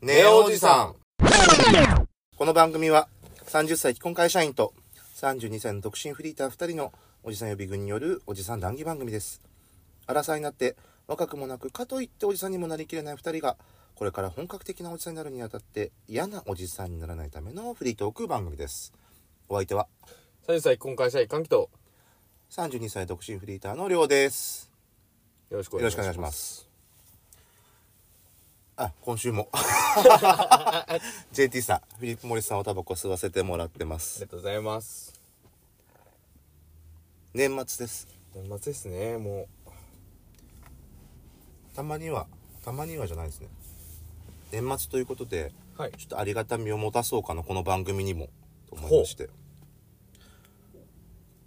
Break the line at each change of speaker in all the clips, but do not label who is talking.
ネオおじさん。
この番組は30歳既婚会社員と32歳の独身フリーター2人のおじさん予備軍によるおじさん談義番組です。荒さになって若くもなくかといっておじさんにもなりきれない2人がこれから本格的なおじさんになるにあたって嫌なおじさんにならないためのフリートーク番組です。お相手は
30歳、今回社員、関木と、
32歳独身フリーターのりょうです。
よろしくお
よろ
願い
し
し
くお願
ま
いしま
す。
す。あ、今週 も JT さん、フィリップ・モリスさんをタバコ吸わせてもらってま
あ
す
り。がとうございます。
年末です。
年末ですね、も
たまにはたまにはじゃないですね年末ということで
う。はい。
ちょっとありがたみを持たそうかなこの番組にもと思いまして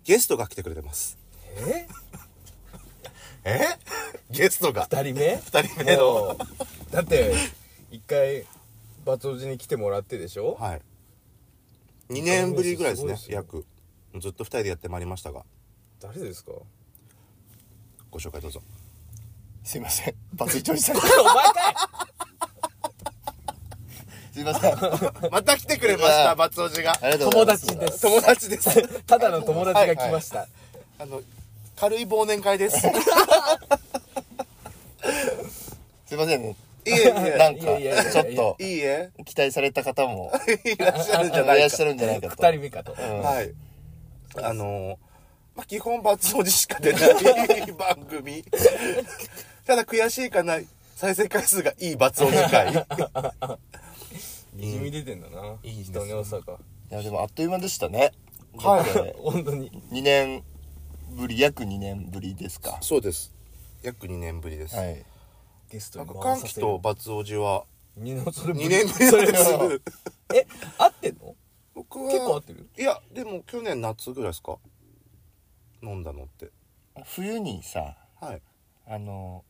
ゲストが来てくれてます
え
え ゲストが
?2 人目
二人目の
もうだって、一回、バツオジに来てもらってでしょ
はい2年ぶりぐらいですね
すごいですよ
約ずっと2人でやってまいりましたが
誰ですかお
ご紹介どうぞ
すいません。バツイチおじ さん。
前かい
すいません。
また来てくれま
した
バツオジが
ありがとうご
友
ざいます。
達です。
友達です
ただの友達が来ました。
あの軽い忘年会です い
すいませんね。
えいえ
なん
いやいやいやい
か、
や
ちょっ
い、
と
いえ
期待された 方も、
いらっしゃるんじゃ
い
ない
らっ
か
しゃるんじゃないかと。
2人目かと。
はい。あのーまあ、基本バツオジしか出ない番 組。ただ悔しいかな、再生回数がいいバツオジ回。
にじみ出てんだな。
いいですね
人ね、大阪。
いや、でもあっという間でしたね。
はい。本当に。
2年ぶり、約2年ぶりですか。
そうです。約2年ぶりです。
はい。
ゲスト
なん
に
か、
回
歓
さ
喜
せる
と。バツオジは
二年それぶり
2年ぶりなんです
それ。え、合ってんの
僕は。
結構合ってる
いや、でも去年夏ぐらいですか飲んだのって。
冬にさ、
はい。
あの、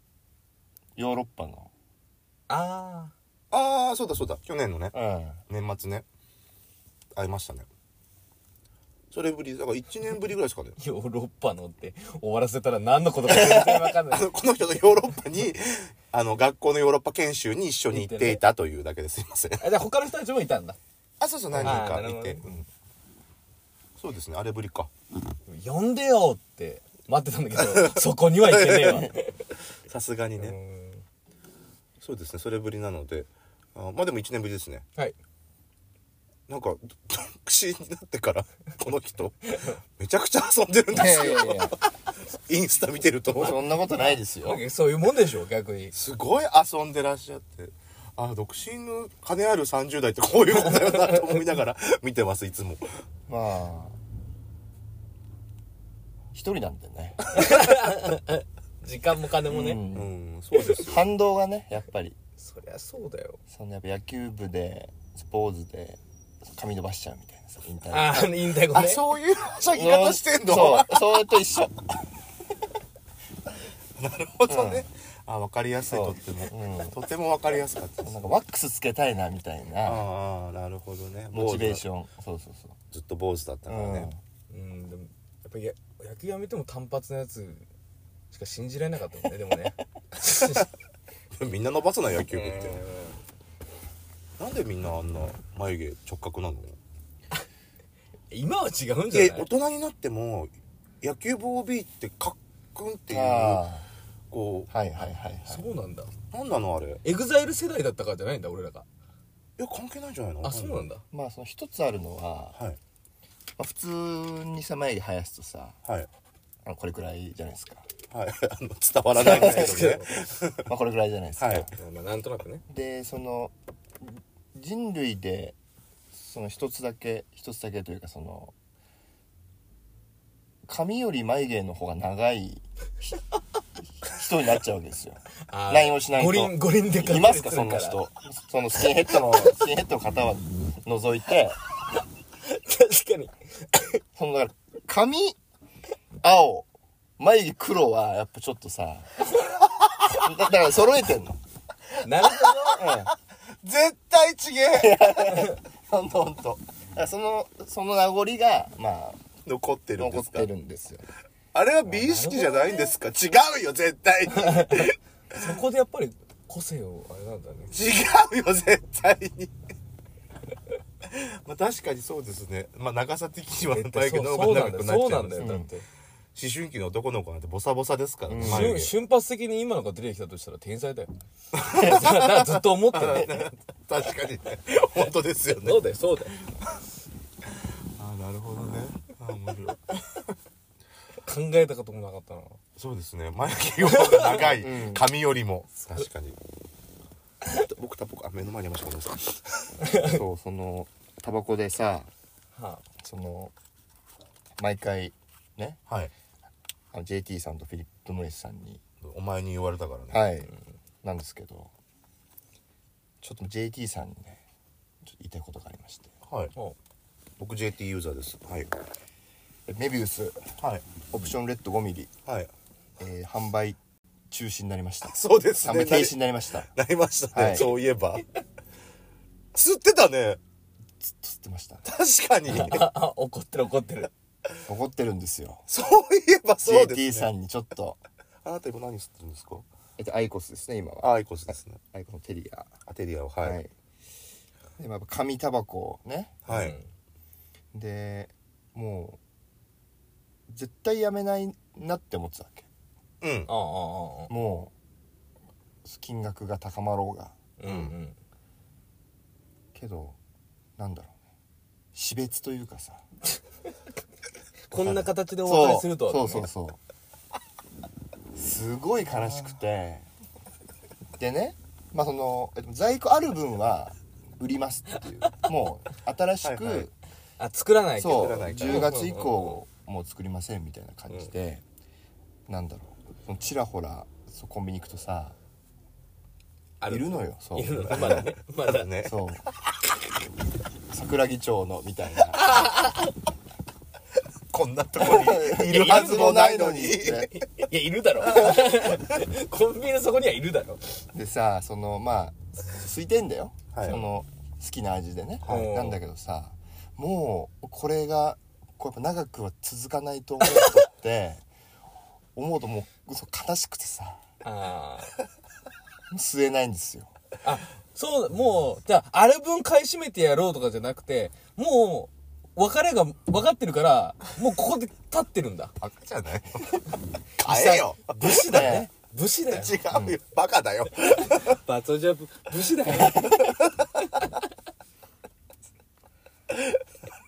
ヨーロッパの、
あ
ああ、そうだそうだ。去年のね、
うん。
年末ね。会いましたね。それぶり、だから1年ぶりぐらいですかね。
あ、ヨーロッパのって終わらせたら何のことか全然わかんな
あ
い。
のこの人のヨーロッパに、 あの、学校のヨーロッパ研修に一緒に行っていたというだけですいません。
あ、じゃあ他の人たちもいたんだ。
あ、そうそう、何人
あー
か
なるほ
い
ど
て。
ね
うんそうですね、あれぶりか。
呼んでよって待ってたんだけ ど、そこには行けねえわ。
さすがにね。そうですね、それぶりなので。あまあでも1年ぶりですね。
はい。
なんか、独身になってから、この人、めちゃくちゃ遊んでるん
い
で
や
す
い
よ
や。いや、
インスタ見てると。
そんなことないで すよ。
そういうもんでしょ、逆に。
すごい遊んでらっしゃって。あ独身の金ある30代ってこういうことだよなと思いながら見てますいつも
まあ、一人なんでね。
時間も金もね。
うん
うんそうですよ
反動がね、やっぱり。
そりゃそうだよ。
そのやっぱ野球部でスポーツで髪伸ばしちゃうみたいなさ引退
ああ、引退後
あ
ね。
そういうはしゃぎ
うん
方してんの
そうそれと一緒
なるほどね、あ分かりやすい
そ
と
う
っても、
うん
とても分かりやすかったです
なんかワックスつけたいなみたいな
ああなるほどね
モチベーシ
ン
ョンそうそうそ
ずっと坊主だった
う、
からね、
うん、でも、やっぱりや野球やめても単発のやつしか信じられなかった もんね、でもね。
みんな伸ばすな野球部っ
う
て、
ん
なんでみんなあんな眉毛直角なの
今は違うんじ
で
ゃな
大
い
人になっても野球部 OB ってカックンって
う
い
ん、
う
あ
こ
あはいはいはいはい
そうなんだ。
うなんなのあれい
エグザイル世代だったからじゃないんだ、俺らが。
や関係ないんじゃないの
あ、そうなんだ。
まあその一つあるの
は
は、
い
まあ、普通にさ眉毛生やすとさ
はい
あのこれくらいじゃないですか
はい あの伝わらないです けどね
まあこれくらいじゃないですか、
はい
まあ、なんとなくね。
でその人類でその一つだけ一つだけというかその髪より眉毛の方が長い人になっちゃうわけですよ。
あー
ラインをしないと
五輪、五輪で
いますかそんな人。そのスキンヘッドのスキンヘッドの方は除いて
確かに。
そのだから髪青眉毛黒はやっぱちょっとさだだから揃えてんの。
なるほ
絶対ちげえ
ほんとほんと。だからそのその名残がまあ
残ってるん
残
で
っ
すか
てるんですよ。
あれは美意識じゃないんですか違うよ絶対に
ど。そこでやっぱり個性をあれなんだね
違うよ絶対にまあ確かにそうですねまあ長さ的には
絶
体
対そ
験
う
の
そ
方
うな
が
んだ
長
よ
くなっ
そう
ちゃ
な
うんんで
だ
す
よだって、
思春期の男の子なんてボサボサですから、ね
瞬
眉毛
瞬発的に今の子出てきたとしたら天才 だよだからずっと思ってる
確 かにね 本当ですよね
そうだよそうだよ
ああなるほどねあー面白い
考えたこともなかったな
そうですね眉毛の方が長い髪よりも確かに僕タバコあ目の前にありましたごめんなさい
そうそのタバコでさ
は
その毎回ね
はい
あの JT さんとフィリップ・ムレスさんに
お前に言われたからね、
はい、なんですけどちょっと JT さんにねちょっと言いたいことがありまして
はい
あ、も
僕 JT ユーザーですはい
メビウス
はい
オプションレッド 5mm、
はい
えー販売中止になりました
そうです
販
ね
売停止になりました
なりましたね、
はい
そういえば釣ってたね
ずっと吸ってました
確 かに
うああ 怒ってる怒ってる
怒ってるんですよ
そういえばそうですね
JT さんにちょっと
あなた今何吸ってるんですか
えっとアイコスですね今は
アイコスですね
アイコスのテリア
アテリアをはい、はい
でまあやっぱ紙タバコをねでもう絶対やめないなって思ってたわけ
うん
あああ
もう金額が高まろうが
あああうんうん
けどなんだろうね死別というかさ
こんな形でお別れするとはね
そうそうそうそうすごい悲しくてでねまあそのえっと在庫ある分は売りますっていうもう新しく
はいはい
あ作らないけ
そ
ど
う
らないから
10月以降もう作りませんみたいな感じで、なんだろうそのちらほらそうコンビニ行くとさ
あ
いるのよそう
いるのまだねまだ
ね
そう 桜木町のみたいな
こんなと こ にいるはずもないのに
で
いやいるだろ コンビニのそこにはいるだろ
でさそのまあ空いてんだよ、
はい
その好きな味でね、
はい
なんだけどさもうこれがこうやっぱ長くは続かないと思うとって 思うともうそう悲しくてさ
ああ
吸えないんですよ
あ、そう、もう、じゃあ、あれ分買い占めてやろうとかじゃなくて、もう、別れが分かってるから、もうここで立ってるんだ。
バカじゃない買えよ
武士だね。武士だよ。
違うよバカ だよ
バトジャブ、武士だ よ。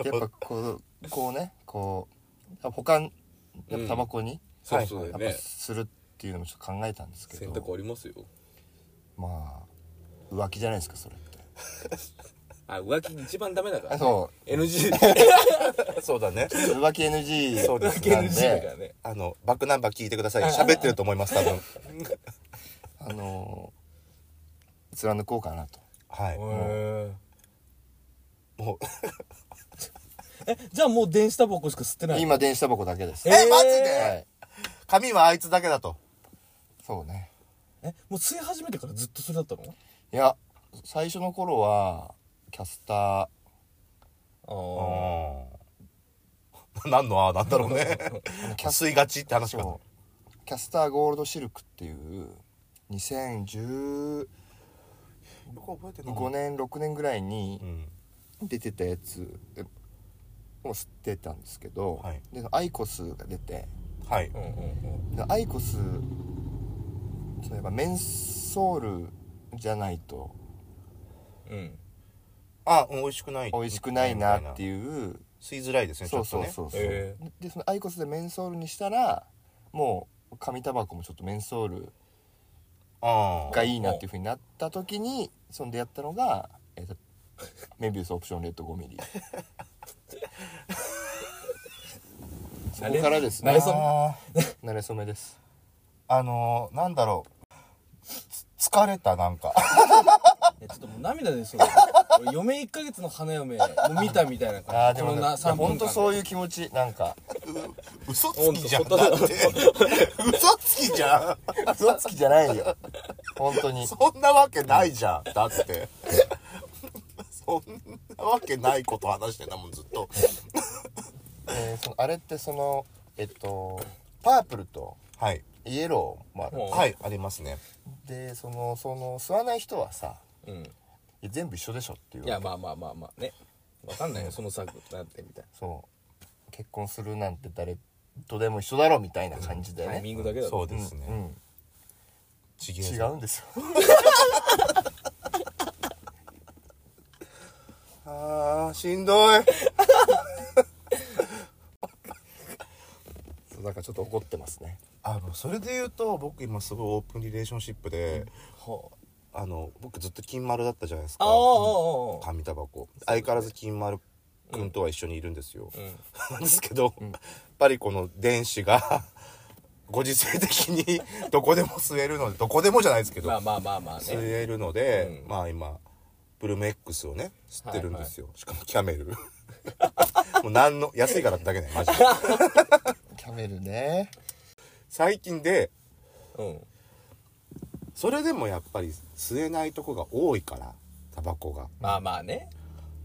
やっぱこうこうねこう他んやっぱタバコに、
そう
そ
やっぱするっていうのもちょっと考えたんですけど
ありますよ。
まあ浮気じゃないですかそれって
あ、浮気一番ダメだか。
あそう
NG。
そうだね
う浮気 NG
そうです
なん
NG だから
で
ね。
あのバックナンバー聞いてください喋ってると思います多 分
あのー貫こうかなと
はい
へ
もう
え。え、じゃあもう電子タバコしか吸ってない
今電子タバコだけです
え
えマジ
は
で
い
髪はあいつだけだと
そうね
え、もう吸い始めてからずっとそれだったの
いや最初の頃はキャスター
あ
うん 何のああなんだろう ね吸いがちって話か
そうキャスターゴールドシルクっていう2015
僕覚えて
年6年ぐらいに
うん
出てたやつを吸ってたんですけど、
はい
でアイコスが出て
はい
あ。うんうんうん。
でアイコスそういえばメンソールじゃないと
うん。
あ美味しくない
美味しくないなって
う
いう
吸いづらいですねち
そ
ょ
う
っと
そう
ね
そうそう、
え
でそのアイコスでメンソールにしたらもう紙タバコもちょっとメンソール
あ
がいいなっていうふうになった時にその出会ったのが、えっとメビウスオプションレッド5ミリそこからです
慣れ
ね
そ
あ
慣れ初めです
あのーなんだろうつ疲れたなんか
えちょっともう涙で そう俺嫁1ヶ月の花嫁も見たみたいな
あ
感
あで
じ
も
こ
ね
のな3分間
本当そう
いう
いう気持ちなんか
嘘つきじゃんだ
本当
って 嘘つきじゃん
嘘つきじゃないよ本当に
そんなわけないじゃんだって そんなわけないこと話してたもんずっと
えーそのあれってそのえっとパープルと
はい
イエローもある
もう
はいありますね
でそのその吸わない人はさ
うん
いや全部一緒でしょっていう
いやまあまあまあまあねわかんないよその策なんてみたい
そう結婚するなんて誰とでも一緒だろみたいな感じで
なタイミ
ね、
ングだけだと
そうですね、
うん、
違う
違うんですよ
あーしんどい
そうだからちょっと怒ってますね
あのそれで言うと僕今すごいオープンリレーションシップで、
ほう
あの僕ずっと金丸だったじゃないですか
ああああああ
紙タバコ相変わらず金丸くんとは一緒にいるんですよ、
うん
なん ですけど、パリコの電子がご時世的にどこでも吸えるのでどこでもじゃないですけど、
まあまあまあまあ
吸
ね
えるので、
うん
まあ今ブルーム X をね吸ってるんですよ、しかもキャメル もう何の安いからってだけねマジで
キャメルね
最近で
うん
それでもやっぱり吸えないとこが多いからタバコが
まあまあね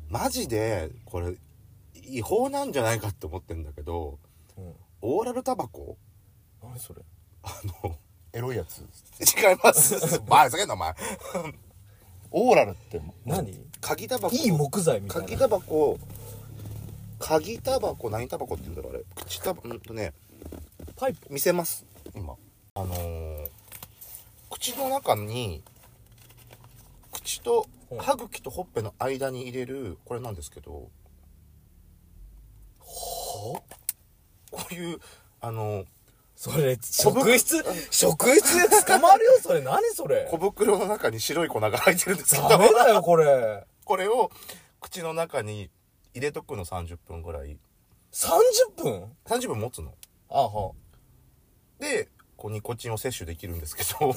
マジでこれ違法なんじゃないかって思ってんだけど
うん
オーラルタバコ
何それ
あの
エロいやつ
違います 前下げんなお前
オーラルっても
何
鍵タバコ
いい木材みたい
鍵
な
タバコ鍵タバコ何タバコって言うんだろうあれ口タバコんとね
パイプ
見せます今あのー口の中に口と
うん
歯茎とほっぺの間に入れるこれなんですけどこういうあの
それ職質職質で捕まるよそれ何それ
小袋の中に白い粉が入ってるんですけど
ダメだよこれ
これを口の中に入れとくの30分ぐらい
30分
30分持つの
あは
でこうニコチンを摂取できるんですけど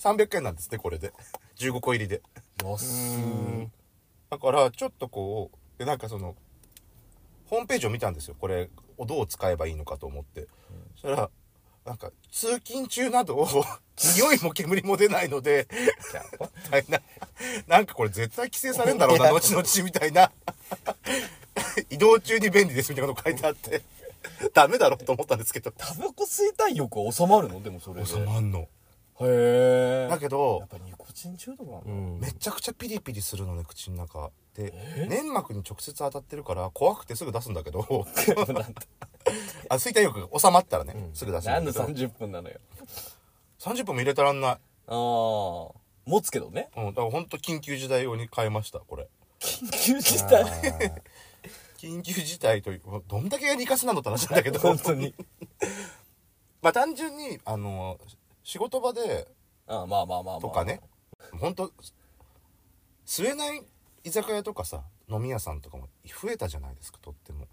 300円なんですねこれで15個入りで
安い
だからちょっとこうでなんかそのホームページを見たんですよこれをどう使えばいいのかと思って、そしたらなんか通勤中など匂いも煙も出ないのでみたいな なんかこれ絶対規制されるんだろうな後々みたいな 移動中に便利ですみたいなこと書いてあってダメだろうと思ったんですけど
タバコ吸いたい欲は収まるのでもそれで
収まんの
へえ
だけど
やっぱニコチン中毒なの、
うん
めちゃくちゃピリピリするのね口の中で粘膜に直接当たってるから怖くてすぐ出すんだけどあ衰退欲が収まったらね、すぐ出すん だ
なん
け
で
ど
30分なのよ
30分も入れたらんない、
ああ持つけどね
うん、だからほんと緊急事態用に変えましたこれ
緊急事態
緊急事態というどんだけが2カスなのって話なんだけど
本当に
まあ単純にあの仕事場で
ああまあまあまあまあ
とかねほんと吸えない居酒屋とかさ飲み屋さんとかも増えたじゃないですかとっても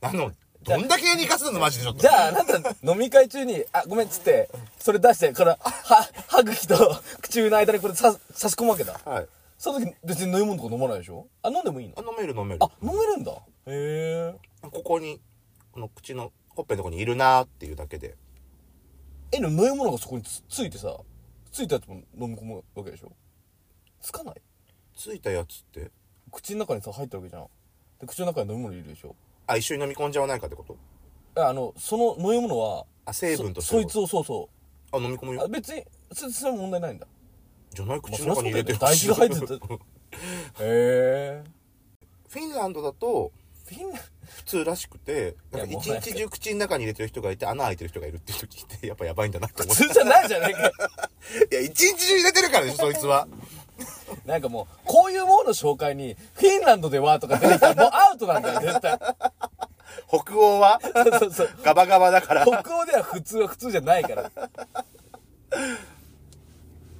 あのどんだけにかすのマジでちょっと
じゃああなた飲み会中に「あごめん」っつってそれ出してからは歯茎と 口の間にこれさ差し込むわけだ
はい
その時別に飲み物とか飲まないでしょあ飲んでもいいの
あ飲める飲める
あ飲めるんだへ
ここにこの口のほっぺのとこにいるなーっていうだけで
ええでも飲み物がそこにつついてさついたやつも飲み込むわけでしょつかない
ついたやつって
口の中にさ入ってるわけじゃんで口の中に飲み物いるでしょ
あ一緒に飲み込んじゃわないかってこと
ああのその飲み物は
あ成分と
そ
して
そいつをそうそ
あ飲み込む
うあ
よ
別にそそれは問題ないんだ
じゃない口の中に入れてる
まあそりゃそうだよね唾液が入って
フ
へえ
ィンランドだと
フィンラン
普通らしくてなんか
いやもう
一日中口の中に入れてる人がいて穴開いてる人がいるっていう時 ってやっぱやばいんだなって思
普
っ
通じゃないじゃないかよ
ていや一日中入れてるからでしょそいつは
なんかもうこういうものの紹介にフィンランドではとか出てきたらもうアウトなんだよ絶対
北欧は
そうそうそう
ガバガバだから
北欧では普通は普通じゃないから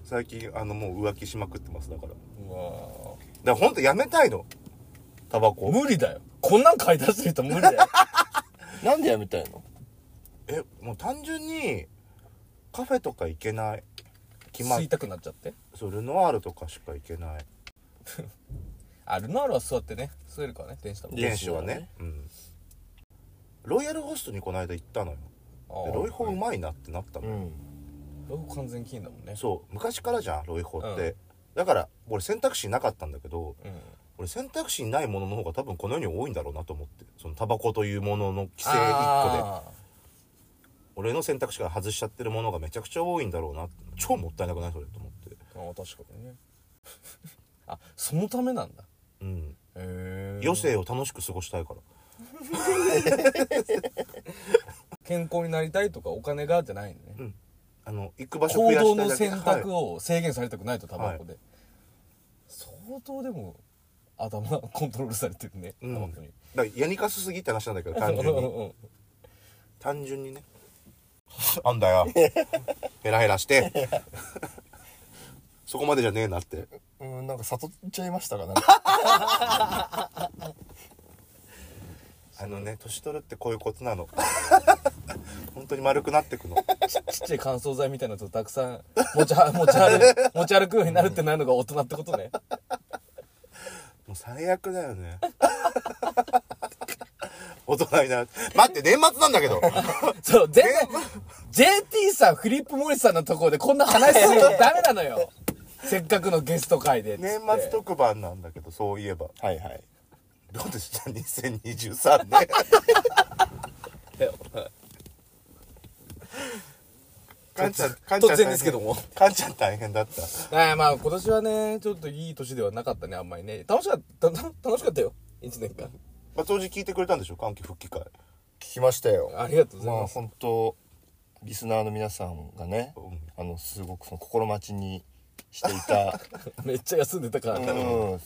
最近あのもう浮気しまくってますだからだか
うわ
らほんとやめたいのタバコ
無理だよこんなん買い出す人無理だよ
なんでやめたいの
えもう単純にカフェとか行けない決まっ
吸いたくなっちゃって
そうルノアールとかしか行けない
あルノアールは座ってね吸えるからね電子タバコ
いや
原子はねうん、ロイヤルホストにこの間行ったのよ
あ
で
ー
ロイホうまいなってなったの、
ん
ロイホ完全禁だもんね
そう昔からじゃんロイホって、
うん
だから俺選択肢なかったんだけど
うん
俺選択肢にないものの方が多分この世に多いんだろうなと思ってそのタバコというものの規制一個で
あー
俺の選択肢から外しちゃってるものがめちゃくちゃ多いんだろうな超もったいなくないそれと思って
あ確かにね あそのためなんだ
うん
へえ
余生を楽しく過ごしたいから
健康になりたいとかお金がじゃないのね、
うんあの行く場所増
行
やした
動
い
の
だけ
選択
はい
を制限されたくないとタバコで、相当でも頭 コントロールされてるね、
うん
タバコに
だからやにかすすぎって話なんだけど単純
う
に
んうん
単純にねあんだよヘラヘラして そこまでじゃねえなって
うんなんか悟っちゃいました かなんか
あのね年取るってこういうことなの 本当に丸くなってくの
ちちっちゃい乾燥剤みたいなのとたくさん持ちは持ち歩持ち歩くようになるってなるのが大人ってことね
もう最悪だよね 大人になる待って年末なんだけど
そう全然 JT さんフリップ森さんのところでこんな話するのダメなのよせっかくのゲスト会でっつっ て
年末特番なんだけどそういえば
はいはい
どうでした2023年 かんちゃんかんちゃん
突
大変
然ですけども
かんちゃん大変だった
ええまあ今年はねちょっといい年ではなかったねあんまりね楽しかった楽楽しかったよ1年間
まあ当時聞いてくれたんでしょ歓喜復帰会
聞きましたよ
ありがとうござい
まあ
ます、
本当リスナーの皆さんがね、
うん
あのすごくその心待ちにしていた、
めっちゃ休んでたからね、
うん、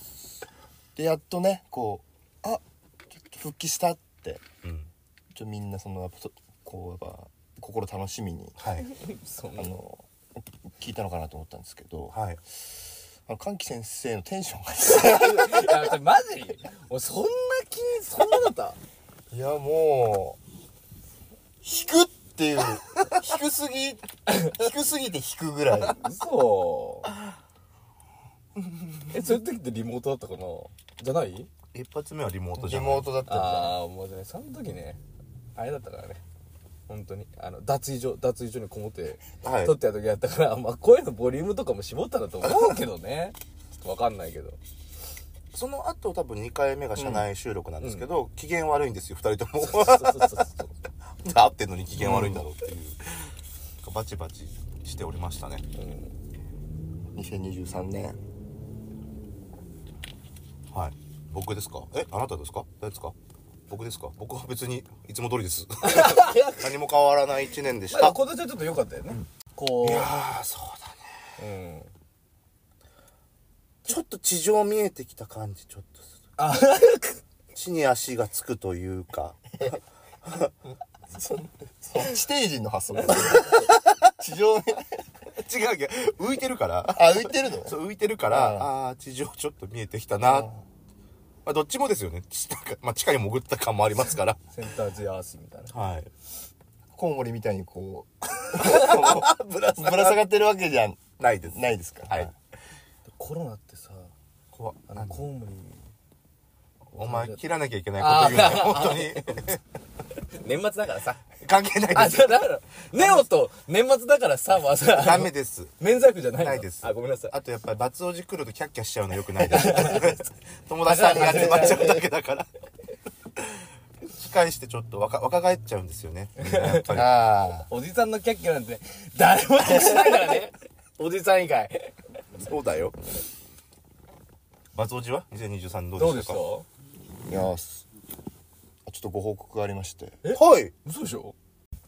でやっとねこうあちょっと復帰したって
うん
ちょみんなそのやっぱそこうやっぱ心楽しみに
はい
そん
あ
な
の聞いたのかなと思ったんですけど、
はい
あの歓喜先生のテンションが
いやちょマジ俺そんな気にそんなだった
いやもう引くっていう低すぎ低すぎて引くぐらい
嘘えそういう時ってリモートだったかなじゃない
一発目はリモートじ
リ
ゃん
モートだったんだ
ああもうじゃないその時ねあれだったからね本当にあの脱衣所脱衣所にこもって、
はい
撮ってた時やったから、まあ、声のボリュームとかも絞ったんだと思うけどねちょっとわかんないけ ど
その後多分2回目が社内収録なんですけど、機嫌悪いんですよ2人とも
そうそうそうそ う
会ってんのに機嫌悪いんだろうっていう、バチバチしておりましたね
うん
2023年
はい僕ですかえあなたですか誰ですか僕ですか僕は別にいつも通りです 何も変わらない1年でし
まあ
た
今年はちょっと良かったよね、こ
いやーそうだね
う、うん、
ちょっと地上見えてきた感じちょっとする
あ
地に足がつくというか
地底人の発想地上に
違う違う浮いてるから
あ浮いてるの
そう浮いてるからああー地上ちょっと見えてきたな、まあ、どっちもですよね地下,、まあ、地下に潜った感もありますから
センタージアースみたいな
はい
コウモリみたいにこう ぶら下がってるわけじゃ
ないです
ないですから、
はい
コロナってさ
怖っ
あのコウモリ
お前切らなきゃいけないこと言うね 本当に
年末だからさ
関係ない
あ
で
じゃ
す
あだからネオと年末だからさはさ
ダメです
免罪符じゃないの
ないです
あごめんなさい
あとやっぱり罰おじ来るとキャッキャしちゃうのよくないです 友達さんに集まっちゃうだけだから 引き返してちょっと若若返っちゃうんですよ ねみんなやっぱり
あ
おじさんのキャッキャなんて誰も 得しないからねおじさん以外
そうだよ罰おじは2023ど
ど
う
う
で
で
し
したた
か
あいやーすちょっとご報告がありまして、
はい
嘘でしょ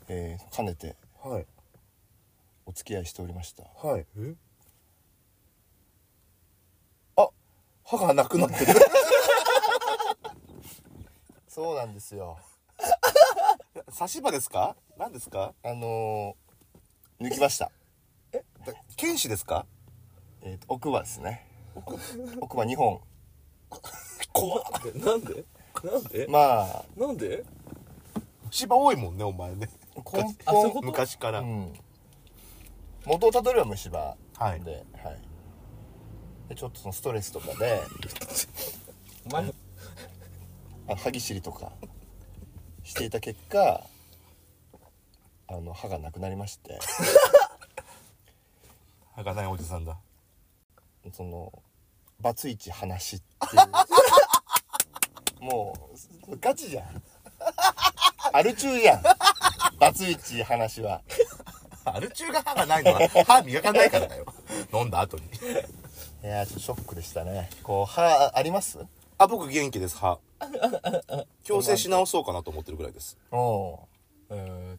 えー、かねて
はい
お付き合いしておりました
はいえあ歯がなくなってる
そうなんですよ
差し歯ですか何ですか
あのー、抜きました
剣士ですか
えーと奥歯ですね奥歯2本
怖っなんでなんで
まあ
なんで
芝多いもんねお前ね
根
あそういうこ
本
と
昔から、
うん元をたどれば虫歯で、
はい
はいでちょっとそのストレスとかで
お前
あ歯ぎしりとかしていた結果あの歯がなくなりまして
歯がないおじさんだ
そのバツイチ話っていう もうガチじゃんアル中じゃんバツイチ話は。
アル中が歯がないのは歯磨かないからだよ。飲んだ 後に。
いやー、ちょっとショックでしたね。こう、歯あります
あ、僕元気です、歯。矯正し直そうかなと思ってるぐらいです。
おお
え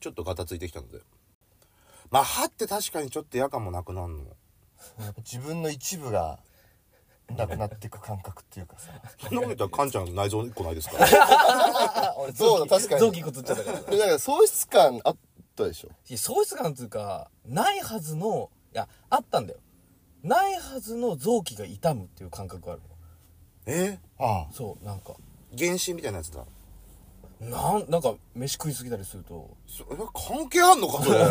ちょっとガタついてきたので。まあ、歯って確かにちょっと夜間もなくなるの。
ー。やっぱ自分の一部が、なくなっていく感覚っていうかさ。
そんなこと言ったら、カンちゃんの内臓一個ないですから。
俺
ー臓器こつっちゃったから。い
だから喪失感あったでしょ
や、喪失感っていうか、ないはずの、いや、あったんだよ。ないはずの臓器が痛むっていう感覚がある
え
ああ
そう、なんか。
原神みたいなやつだ。
なん、なんか、飯食いすぎたりすると、
それ関係あんのか、それ。
へ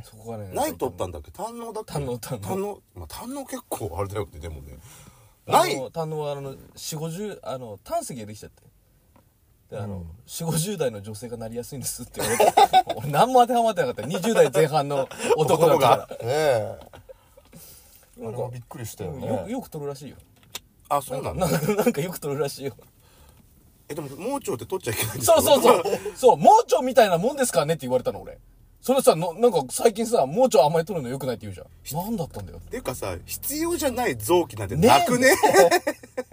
え
そこがね。
何取ったんだっけ胆のだっけ
胆の胆の
胆の。まあ、胆の結構あれだよって、でもね。ない
あの胆のはあの4 5 0あの胆石ができちゃってであの、4 5 0代の女性がなりやすいんですって言 われて俺何も当てはまってなかった20代前半の男だったから
ねえ
なん
あれ
か
もびっくりしたよね
よよく取るらしいよ
あ、そうなんだ。
なんかなんかよく取るらしいよ
え、でも、盲腸って取っちゃいけないんです
そうそう
う。
そうそう盲腸みたいなもんですからねって言われたの俺それさのなんか最近さ盲腸あんまり取るのよくないって言うじゃん何だったんだよ
てかさ、必要じゃない臓器なんて
ねえ
なくね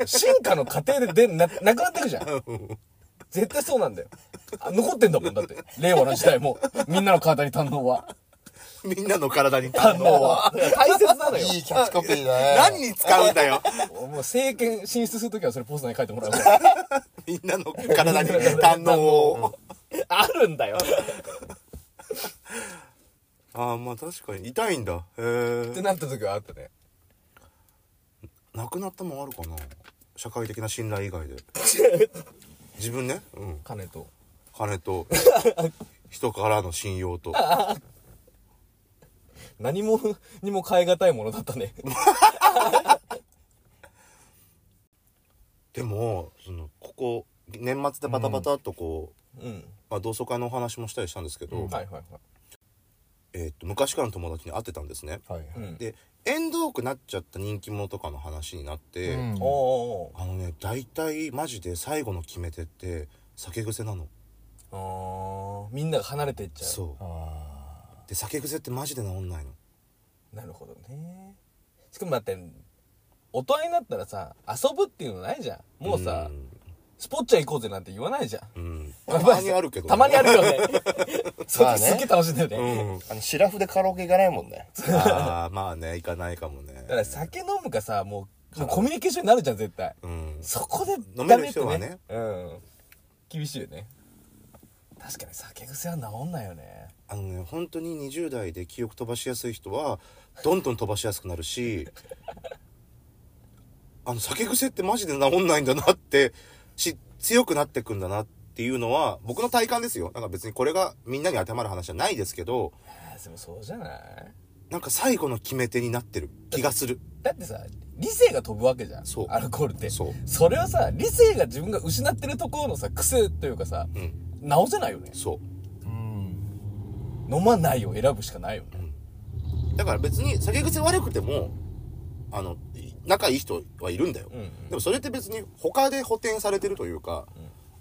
進化の過程ででななくなってくじゃん絶対そうなんだよあ残ってんだもんだって令和の時代もみんなの体に堪能は
みんなの体に
堪
胆
能
のは。
は大切なのよ
いいキャッチコピーだね
何に使うんだよ。
もう政権進出するときはそれポスターに書いてもらうわ
みんなの体に胆のを。
あるんだよ
あー、まあ確かに。痛いんだ。へ
って
え。
なった時はあったね
なくなったもんあるかな社会的な信頼以外で。自分ね。うん。
金と
金と、人からの信用と。
何もにも変え難いものだったね
でもそのここ年末でバタバタっとこう、
うん
まあ、同窓会のお話もしたりしたんですけど、
はいはいはい
えーっと昔からの友達に会ってたんですね、
はいはい
うん
で縁遠くなっちゃった人気者とかの話になって、
うん
おお
あのね大体マジで最後の決め手って酒癖なの
ーおーあーみんなが離れてっちゃう
そ
あ
うで酒癖ってマジで治んないの
なるほどねしかもだって大人になったらさ遊ぶっていうのないじゃんもうさ、スポッチャ行こうぜなんて言わないじゃん
うん、うん、たまにあるけどね、
たまにある よねそれ
まあね
すっげえ楽しいんだよね、
うん
ーあのシラフでカラオケ行かないもんね
あーまあね行かないかもね
だから酒飲むかさもうもうコミュニケーションになるじゃん絶対
うん
そこで
飲め
ダメ
る
って
人はね
うん厳しいよね確かに酒癖は治んないよね
あのね本当に20代で記憶飛ばしやすい人はどんどん飛ばしやすくなるし あの酒癖ってマジで治んないんだなってし強くなってくんだなっていうのは僕の体感ですよなんか別にこれがみんなに当てはまる話じゃないですけど
あーでもそうじゃない
なんか最後の決め手になってる気がする
だってさ理性が飛ぶわけじゃん
そう
アルコールって
そう
れはさ理性が自分が失ってるところのさ癖というかさ、
うん
直せないよね
そ
うん
飲まないを選ぶしかないよね
うだから別に酒癖悪くてもあのい仲いい人はいるんだよ、
うんうん
でもそれって別に他で補填されてるというか、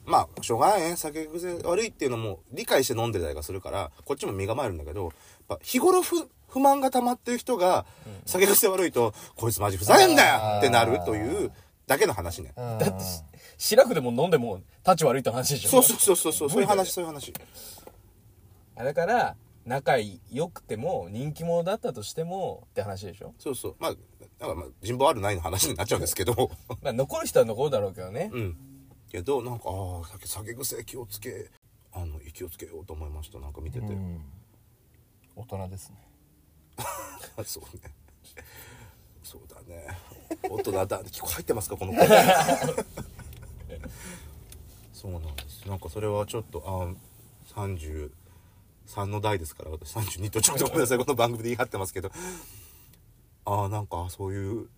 まあしょうがないね酒癖悪いっていうのも理解して飲んでたりがするからこっちも身構えるんだけどやっぱ日頃不不満が溜まってる人が酒癖悪いと「こいつマジふざけんなよ!」ってなるというだけの話ね。
だ
だってし白くでも飲んでも立ち悪いって話でしょ
そうそうそうそうそうそういう話そういう話
あだから仲良くても人気者だったとしてもって話で しょ、
そうそうまあなんかまあ人望あるないの話になっちゃうんですけど
まあ、残る人は残るだろうけどね、
うんけどなんかああ酒酒癖気をつけあの気をつけようと思いましたなんか見てて、
大人ですね
あ そうね。そうだね。大人だ。結構入ってますかこの子。 そうなんです。なんかそれはちょっとあ三十三の代ですから私三十二とちょっとごめんなさいこの番組で言い張ってますけど。ああなんかそういう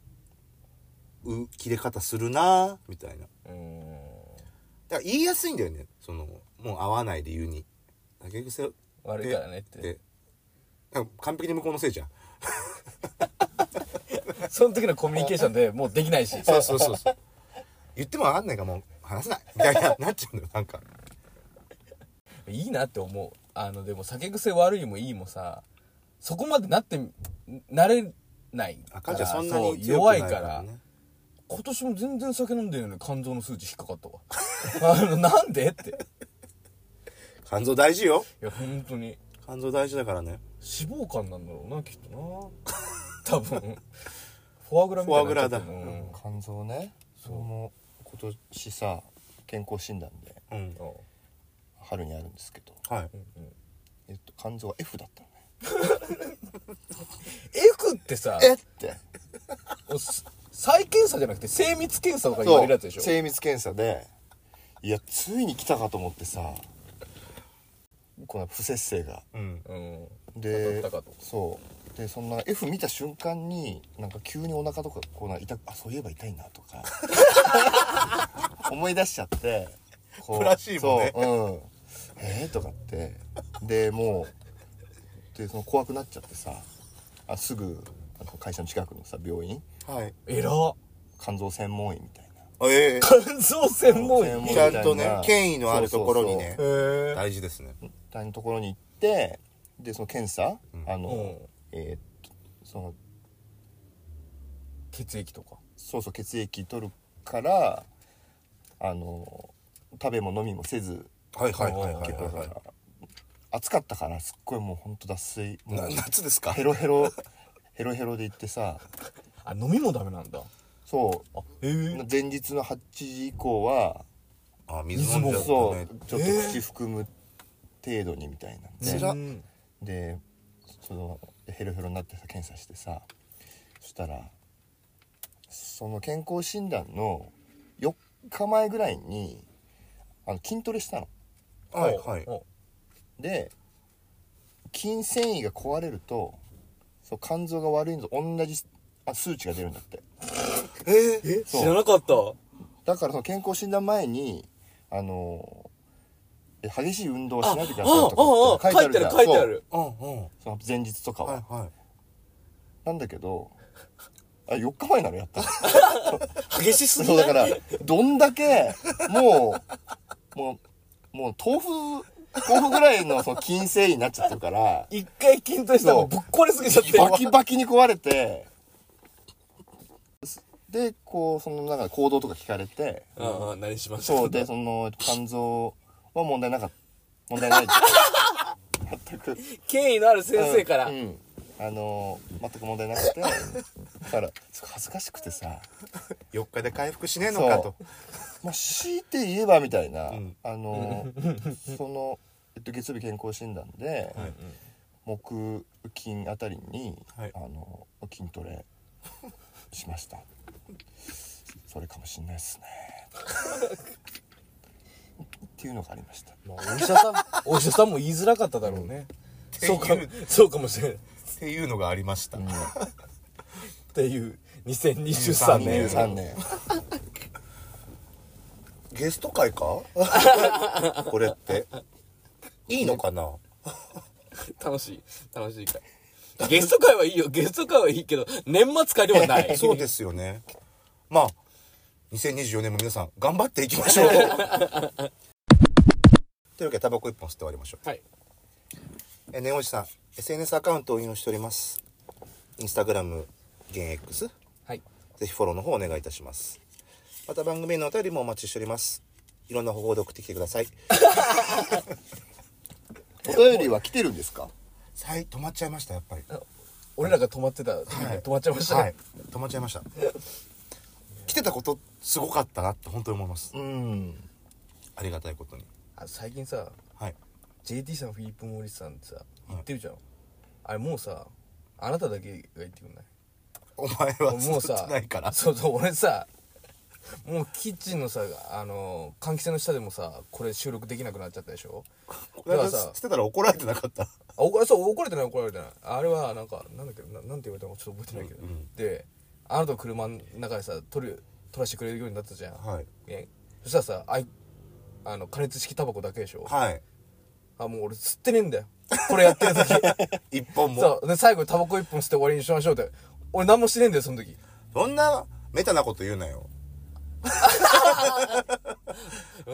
う切れ方するなみたいな。
うーん
だから言いやすいんだよね。そのもう合わない理由に。酒癖
悪いからねって
でなんか完璧に向こうのせいじゃん。
その時のコミュニケーションでもうできない し
そうそうそうそう。言ってもわかんないからもう話せないみたいななっちゃうんだよなんか。
いいなって思うあのでも酒癖悪いもいいもさそこまでなってなれない
赤ちゃんそんなに
そう
強くな
弱
い
い
か
からら
ね
今年も全然酒飲んでるのに肝臓の数値引っかかったわあのなんでってい
肝臓大事よ
や本当に
肝臓大事だからね
脂肪肝なんだろうなきっとな多分フォアグラみたいになっちゃってる
フォアグラだ
うん
肝臓ねそれも今年さ健康診断で
うん
あ
春にあるんですけど、
はい
えっと、肝臓は F だったのね
F ってさ
えって
おす再検査じゃなくて精密検査とか言われるやつでしょ
精密検査でいやついに来たかと思ってさこの不摂生が
うん
うん
で
当たったかと
そうでそんな F 見た瞬間になんか急にお腹とかこうな痛くあそういえば痛いなとか 思い出しちゃってこう
プラシーボね
そううんえー、とかってでもうでその怖くなっちゃってさあすぐあの会社の近くのさ病院
はい
えらっ
肝臓専門医みたいな
ええ
肝臓専門医
専門
ちゃんとね権威のあるところに
そうそう
ね
へー
大事ですね
みたいなところに行ってでその検査、あの、
うん
えーっとその
血液とか
そうそう血液取るからあの食べも飲みもせず
はいはい
はいはい
結構だから暑かったからすっごいもうほんと脱水もう
夏ですか
ヘロヘロヘロヘロで行ってさ
あ飲みもダメなんだ
そ
あえ
う
ー、
前日の8時以降は
あ水飲んじゃった
そう
ね
ちょっと口含む程度にみたいなんで、
辛っ
うん
でそのヘロヘロになってさ検査してさそしたらその健康診断の4日前ぐらいにあの筋トレしたの
はいはい
お
で筋繊維が壊れるとそう肝臓が悪いのと同じあ数値が出るんだって
ええ
え
そう
知らなかった
だからその健康診断前にあのえ激しい運動をしないでください
あ
と
あ
かって
書いてある
じゃん
書いてある
うんうん
そうその前日とかは、
はいはい
なんだけどあ4日前なのやったの
激しすぎ
そう
ない
だから、どんだけ、もう、もう、もう豆腐、豆腐ぐらいのその筋繊維になっちゃってるから、
一回筋トレしたらもうぶっ壊れすぎちゃって
バキバキに壊れて、で、こう、そのなんか行動とか聞かれて、
ああ何しました
そうで、その肝臓は問題なかった。問題ない。全く。
権威のある先生から、
うんうんあの全く問題なくて、だから、恥ずかしくてさ、
4日で回復しねえのかと
まあ、強いて言えばみたいな、
ん
あ のその、えっと、月曜日健康診断で、木金あたりに、
はい
あの筋トレしましたそれかもしんないっすねっていうのがありました
まあお医者さんお医者さんも言いづらかっただろうね、そうか
ってい
そうかもしれないっ
っていうのがありました
ていう2023年
3年
ゲスト会 かこれっていいのかな
楽しい楽しい会ゲスト会はいいよゲスト会はいいけど年末会ではな い
そうですよねまあ2024年も皆さん頑張っていきまし ょうというわけでタバコ一本吸って終わりましょう
はい
えねおじさん SNS アカウントを運用しておりますインスタグラム現 X
はい
ぜひフォローの方お願いいたしますまた番組へのお便りもお待ちしておりますいろんな方法で送ってきてください
お便りは来てるんですか
はい止まっちゃいましたやっぱり
俺らが止まってた時に
はい
止まっちゃいましたね、
はい止まっちゃいました来てたことすごかったなって本当に思います
うん
ありがたいことに
あ最近さ
はい
JT さんフィリップ・モーリスさんってさ言ってるじゃん、あれもうさあなただけが言ってくんない
お前は
もう
ずっ
さ
とないから
そうそう俺さもうキッチンのさあの換気扇の下でもさこれ収録できなくなっちゃったでしょ
これは
だからさ
捨てたら怒られてなかった
あ怒らそう怒られてない怒られてないあれはなんかなんだっけななんて言われたのかちょっと覚えてないけど、であなたの車の中でさ撮る撮らせてくれるようになったじゃん、
はい
ねそしたらさあいあの加熱式タバコだけでしょ、
はい
あもう俺吸ってねえんだよこれやってる 時
一本も
そうで最後にタバコ一本吸って終わりにしましょうって俺何もしてねえんだよその時
そんなメタなこと言うなよ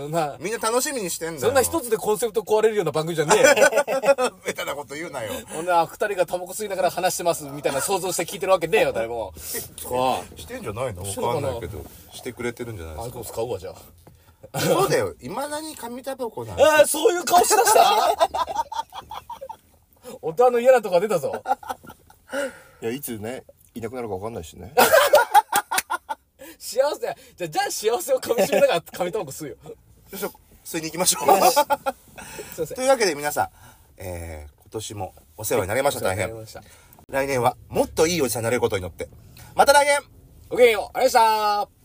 な
みんな楽しみにしてんだよ。
そんな一つでコンセプト壊れるような番組じゃねえよ。
ベタなこと言うなよ。
ほんで、あ、二人がタバコ吸いながら話してますみたいな想像して聞いてるわけねえよ、誰も。あ
してんじゃないの
してるか
わ
な
かんないけど。してくれてるんじゃない
あ、
で
アイコン使うわ、じゃあ。
すか。そうだよ。未だに紙タバコなんて
ああ、そういう顔しだした大人の嫌なとこが出たぞ。
いやいつねいなくなるか分かんないしね
幸せ、じゃあ、じゃあ幸せを噛み締めながら紙タバコ吸うよ。
よいしょ吸いに行きましょう。
すいませ ん
と。いうわけで皆さん、えー、今年もお世話になりました、大
あり
変
がとうござい。ました。
来年はもっといいおじさんになれることに乗って。また来年
ごきげんよう。ありがとうございました。